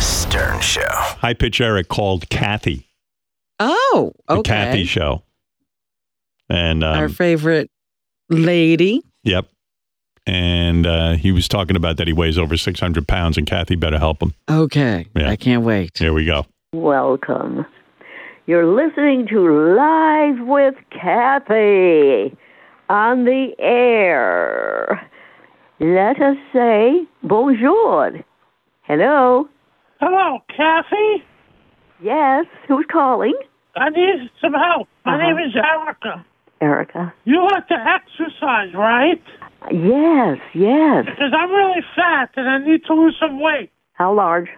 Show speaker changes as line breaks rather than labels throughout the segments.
Stern Show.
High Pitch Eric called Kathy,
Oh,
the
okay.
Kathy show. And um,
Our favorite lady.
Yep. And uh, he was talking about that he weighs over 600 pounds, and Kathy better help him.
Okay.
Yeah.
I can't wait.
Here we go.
Welcome. You're listening to Live with Kathy on the air. Let us say bonjour. Hello.
Hello, Kathy.
Yes, who's calling?
I need some help. My
Uh-huh.
name is Erica.
Erica.
You like to exercise, right?
Yes, yes.
Because I'm really fat and I need to lose some weight.
How large?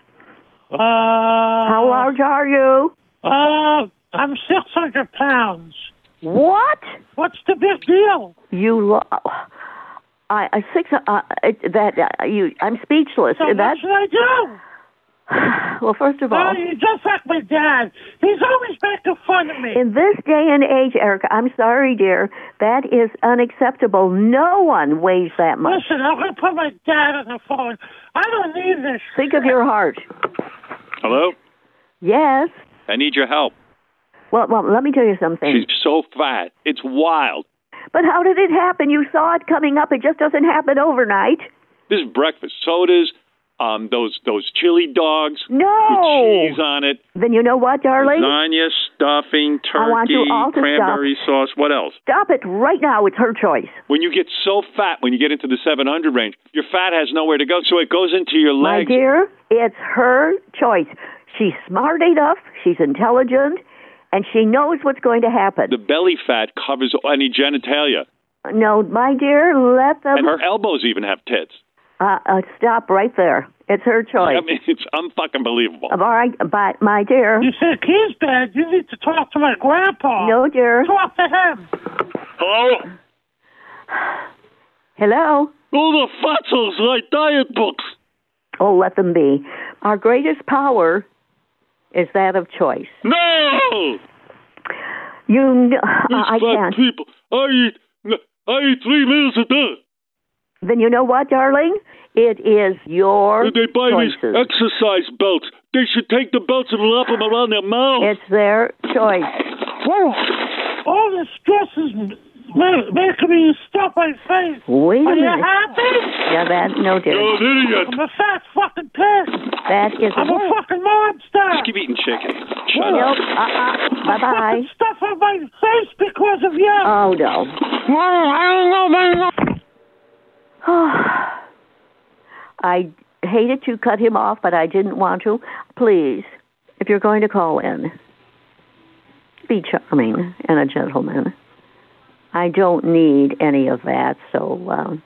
Uh,
How
How
large are you?
Uh, I'm 600 pounds.
What?
What's the big deal?
You lo- I, I six uh, it, that uh, you I'm speechless.
So what
That's
should I do?
well first of all
Oh, you're just like my dad. He's always making fun of me.
In this day and age, Erica, I'm sorry, dear, that is unacceptable. No one weighs that much.
Listen, I'm going to put my dad on the phone. I don't need this.
Think of your heart.
Hello?
Yes.
I need your help.
Well, well, let me tell you something.
She's so fat. It's wild.
But how did it happen? You saw it coming up. It just doesn't happen overnight.
This is breakfast sodas, um, those those chili dogs with
No.
cheese on it,
Then you know what, darling?
lasagna, stuffing,
I want you
turkey,
all to
cranberry sauce. What else?
Stop it right now. It's her choice.
When you get so fat, when you get into the 700 range, your fat has nowhere to go, so it goes into your
My
legs.
dear, it's her choice. She's smart enough, she's intelligent, and she knows what's going to happen.
The belly fat covers any genitalia,
No, my dear, let them
and her elbows even have tits.
Uh, uh, stop right there. It's her choice.
I mean, it's unfucking believable.
All right, but my dear,
You said he's bad. You need to talk to my grandpa.
no, dear.
Talk to him.
Hello?
Hello.
All the fatzos like diet books.
Oh, let them be. Our greatest power is that of choice.
No!
You, kn-
These
Uh, I I
fat
can't.
people. I eat. I eat three meals a day.
Then you know what, darling? It is your
And they buy these
choices.
exercise belts. They should take the belts and wrap them around their mouth.
It's their choice.
All this stress is ma- making me stuff my face.
Wait a
Are you
minute.
happy?
Yeah, that no,
You're
dear.
an idiot.
I'm a fat fucking pig.
That is.
I'm a fucking monster.
Just keep eating chicken. Shut up.
Nope. Uh. uh Bye bye.
Fucking stuff on my face because of you.
Oh no. I hated to cut him off, but I didn't want to. Please, if you're going to call in, be charming and a gentleman. I don't need any of that, so um,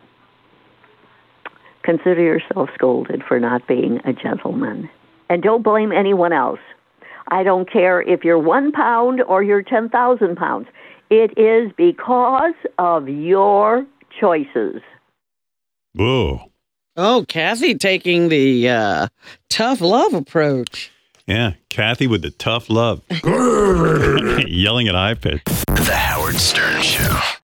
consider yourself scolded for not being a gentleman. And don't blame anyone else. I don't care if you're one pound or you're 10,000 pounds. It is because of your choices.
Ooh.
Oh, Kathy taking the uh, tough love approach.
Yeah. Kathy with the tough love. Yelling at High Pitch.
The Howard Stern Show.